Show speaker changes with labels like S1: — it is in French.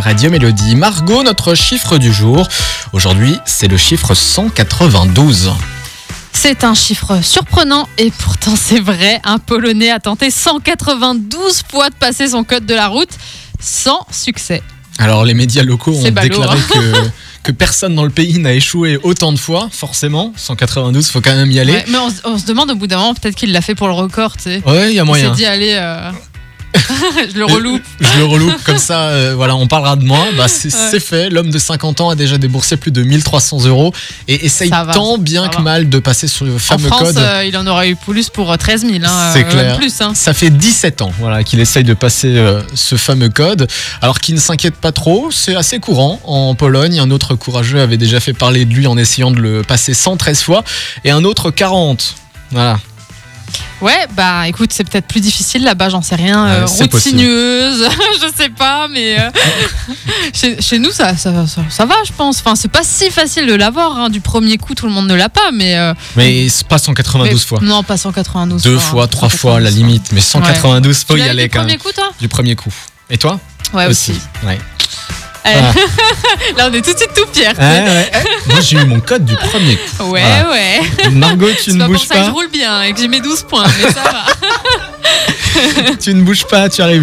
S1: Radio Mélodie. Margot, notre chiffre du jour. Aujourd'hui, c'est le chiffre 192.
S2: C'est un chiffre surprenant et pourtant c'est vrai. Un Polonais a tenté 192 fois de passer son code de la route sans succès.
S1: Alors, les médias locaux ont
S2: C'est ballot, hein.
S1: déclaré que, que personne dans le pays n'a échoué autant de fois, forcément. 192, faut quand même y aller.
S2: Ouais, mais on, se- on se demande au bout d'un moment, peut-être qu'il l'a fait pour le record, tu sais.
S1: Ouais, il y a
S2: Il s'est
S1: moyen. Euh,
S2: dit, allez, euh, je le reloupe.
S1: Je le reloupe comme ça, euh, voilà, on parlera de moi. Bah, c'est
S2: Ouais.
S1: c'est fait. L'homme de 50 ans a déjà déboursé plus de 1300 euros et essaye
S2: Ça va,
S1: tant bien
S2: ça
S1: que
S2: va.
S1: mal de passer sur le
S2: En
S1: fameux
S2: France,
S1: code.
S2: euh, il en aurait eu plus pour euh, 13 000, hein,
S1: C'est
S2: euh,
S1: clair.
S2: même plus. hein.
S1: Ça fait 17 ans voilà, qu'il essaye de passer euh, ce fameux code. Alors qu'il ne s'inquiète pas trop, c'est assez courant en Pologne. Un autre courageux avait déjà fait parler de lui en essayant de le passer 113 fois et un autre 40. Voilà.
S2: Ouais, bah écoute, c'est peut-être plus difficile là-bas, j'en sais rien.
S1: Ouais,
S2: Euh,
S1: c'est
S2: route
S1: possible.
S2: sinueuse, je sais pas, mais euh, chez, chez nous, ça, ça, ça- ça va, je pense. Enfin, c'est pas si facile de l'avoir. hein. Du premier coup, tout le monde ne l'a pas, mais. euh,
S1: Mais c'est pas 192
S2: mais-
S1: fois.
S2: Non, pas 192
S1: Deux
S2: hein,
S1: fois, trois fois à la
S2: 192
S1: limite. Mais 192, faut y
S2: Tu l'as eu
S1: aller
S2: du
S1: quand
S2: premier
S1: même.
S2: coup, toi
S1: Du premier coup. Et toi
S2: Ouais, aussi.
S1: Ouais.
S2: Allez.
S1: Ah.
S2: là, on est tout de suite tout fiers.
S1: Ouais, ouais. Moi j'ai eu mon code du premier coup.
S2: Ouais,
S1: Voilà.
S2: ouais.
S1: Margot, tu
S2: C'est
S1: ne
S2: pas pour
S1: bouges
S2: ça que je
S1: pas.
S2: roule bien et que j'ai mes 12 points, mais ça va.
S1: Tu ne bouges pas, tu arrives